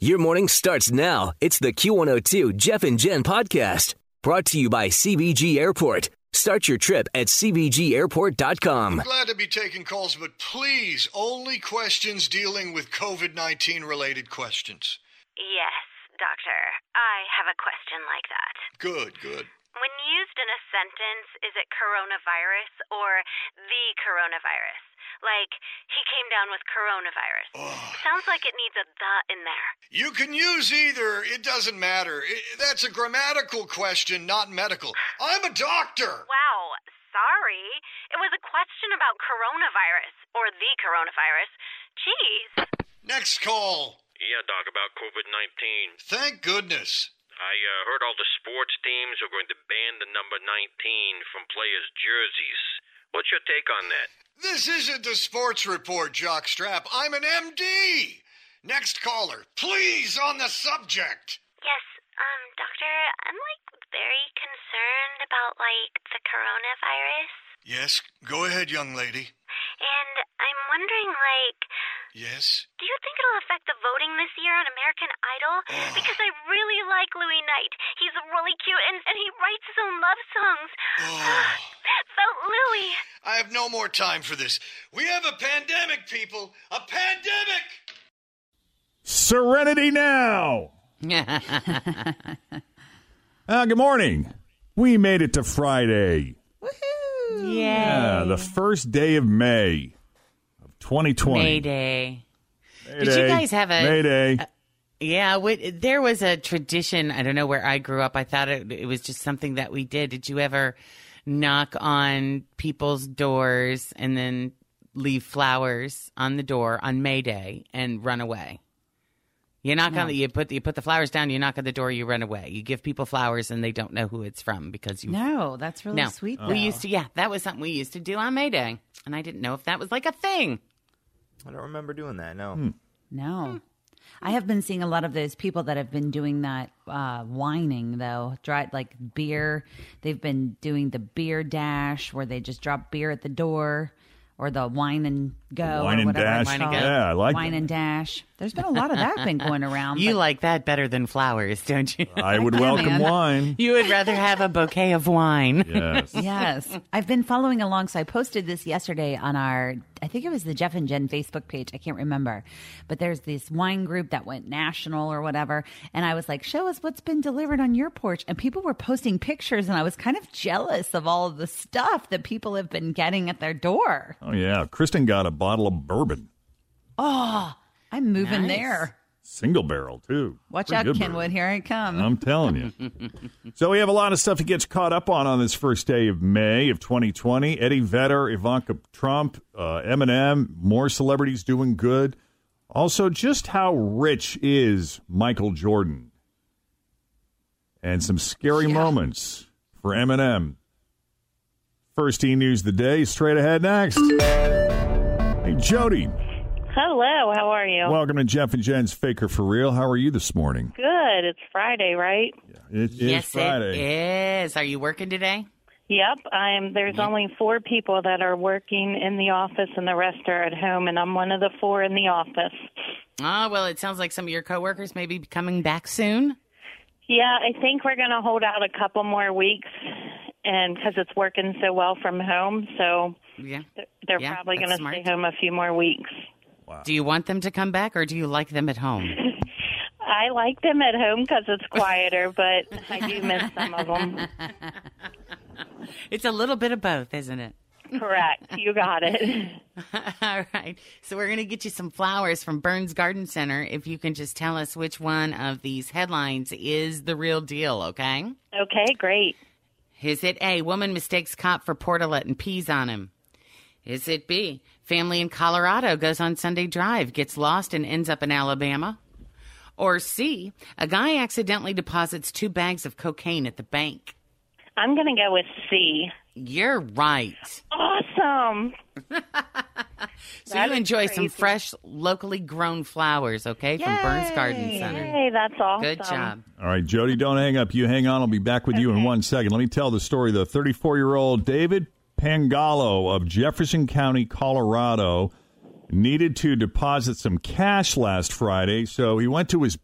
Your morning starts now. It's the Q102 Jeff and Jen podcast brought to you by CBG Airport. Start your trip at CBGAirport.com. Glad to be taking calls, but please only questions dealing with COVID 19 related questions. Yes, Doctor. I have a question like that. Good, good. When used in a sentence, is it coronavirus or the coronavirus? Like, he came down with coronavirus. Sounds like it needs a the in there. You can use either, it doesn't matter. I- that's a grammatical question, not medical. I'm a doctor. Wow, sorry. It was a question about coronavirus or the coronavirus. Jeez. Next call. Yeah, Doc, about COVID 19. Thank goodness. I uh, heard all the sports teams are going to ban the number 19 from players' jerseys. What's your take on that? This isn't a sports report, Jock Strap. I'm an MD. Next caller, please, on the subject. Yes, um, Doctor, I'm like very concerned about like the coronavirus. Yes, go ahead, young lady. And I'm wondering, like, Yes. do you think it'll affect the voting this year on American Idol? Because I really like Louis Knight. He's really cute and, and he writes his own love songs. Oh. Felt Louis. I have no more time for this. We have a pandemic, people. A pandemic! Serenity now. Uh, good morning. We made it to Friday. Yeah, the first day of May of 2020. Mayday. Did you guys have a- Mayday? Yeah, what, Uh, there was a tradition. I don't know where I grew up. I thought it, it was just something that we did. Did you ever knock on people's doors and then leave flowers on the door on May Day and run away? You knock on the you put you put the flowers down. You knock on the door. You run away. You give people flowers and they don't know who it's from because you No, that's really no. sweet. We used to yeah, that was something we used to do on May Day, and I didn't know if that was like a thing. I don't remember doing that. No. No. I have been seeing a lot of those people that have been doing that uh, whining though, dry like beer. They've been doing the beer dash where they just drop beer at the door, or the wine and go, Wine or and whatever it's dash. called. Yeah, I like wine that. and dash. There's been a lot of that been going around. You but- like that better than flowers, don't you? I would welcome man. wine. You would rather have a bouquet of wine. Yes. yes. I've been following along. So I posted this yesterday on our, I think it was the Jeff and Jen Facebook page. I can't remember. But there's this wine group that went national or whatever. And I was like, show us what's been delivered on your porch. And people were posting pictures. And I was kind of jealous of all of the stuff that people have been getting at their door. Oh yeah. Kristen got a bottle of bourbon, Oh, I'm moving Nice. there. single barrel too. Watch Pretty out, good Oh. Kenwood. bourbon. Here I come. I'm telling you. so we have a lot of stuff that gets caught up on on this first day of May of 2020. Eddie Vedder, Ivanka Trump, uh, Eminem, more celebrities doing good. Also, just how rich is Michael Jordan? And some scary moments for Eminem. First E News of the Day, straight ahead next. Hey, Jody. Hello, how are you? Welcome to Jeff and Jen's Faker for Real. How are you this morning? Good. It's Friday, right? It is yes, Friday. it is. Are you working today? Yep. I'm there's only four people that are working in the office and the rest are at home and I'm one of the four in the office. Ah, well, it sounds like some of your coworkers may be coming back soon. Yeah, I think we're going to hold out a couple more weeks and cuz it's working so well from home, so Yeah. they're Yeah, probably that's going to smart. stay home a few more weeks. Do you want them to come back or do you like them at home? I like them at home because it's quieter, but I do miss some of them. It's a little bit of both, isn't it? Correct. You got it. All right. So we're going to get you some flowers from Burns Garden Center if you can just tell us which one of these headlines is the real deal, okay? Okay, great. Is it A, woman mistakes cop for portalette and pees on him? Is it B, family in Colorado goes on Sunday drive, gets lost and ends up in Alabama? Or C, a guy accidentally deposits two bags of cocaine at the bank? I'm going to go with C. You're right. Awesome. So you enjoy some fresh, locally grown flowers, okay, from Burns Garden Center. Hey, that's awesome. Good job. All right, Jody, don't hang up. You hang on. I'll be back with you in one second. Let me tell the story. The 34 year old David Pangallo of Jefferson County, Colorado, needed to deposit some cash last Friday, so he went to his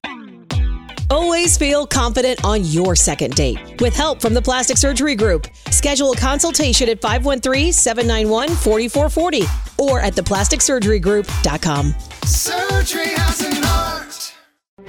Always feel confident on your second date. With help from the Plastic Surgery Group, schedule a consultation at 513-791-4440 or at theplasticsurgerygroup.com. Surgery has an art.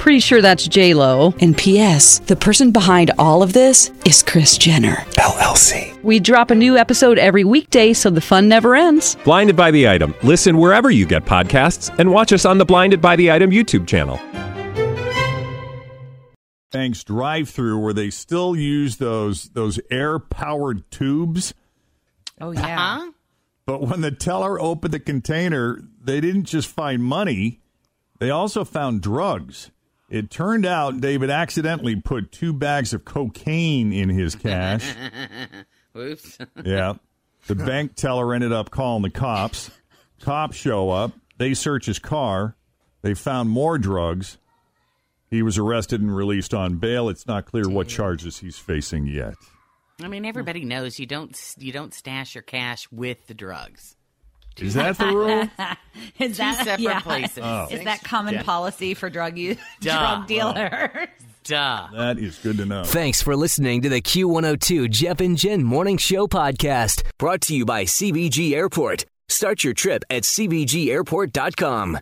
Pretty sure that's J Lo. And P.S. The person behind all of this is Chris Jenner LLC. We drop a new episode every weekday, so the fun never ends. Blinded by the item. Listen wherever you get podcasts, and watch us on the Blinded by the Item YouTube channel. Banks drive through where they still use those those air powered tubes. Oh yeah. Huh? But when the teller opened the container, they didn't just find money, they also found drugs. It turned out David accidentally put two bags of cocaine in his cash. Oops. yeah. The bank teller ended up calling the cops. Cops show up. They search his car. They found more drugs. He was arrested and released on bail. It's not clear what charges he's facing yet. I mean, everybody knows you don't you don't stash your cash with the drugs. Is that the rule? Is that separate places. Oh. Is that common Yeah. policy for drug use, Duh. drug dealers? Duh. That is good to know. Thanks for listening to the Q102 Jeff and Jen Morning Show podcast, brought to you by CBG Airport. Start your trip at CBGAirport.com.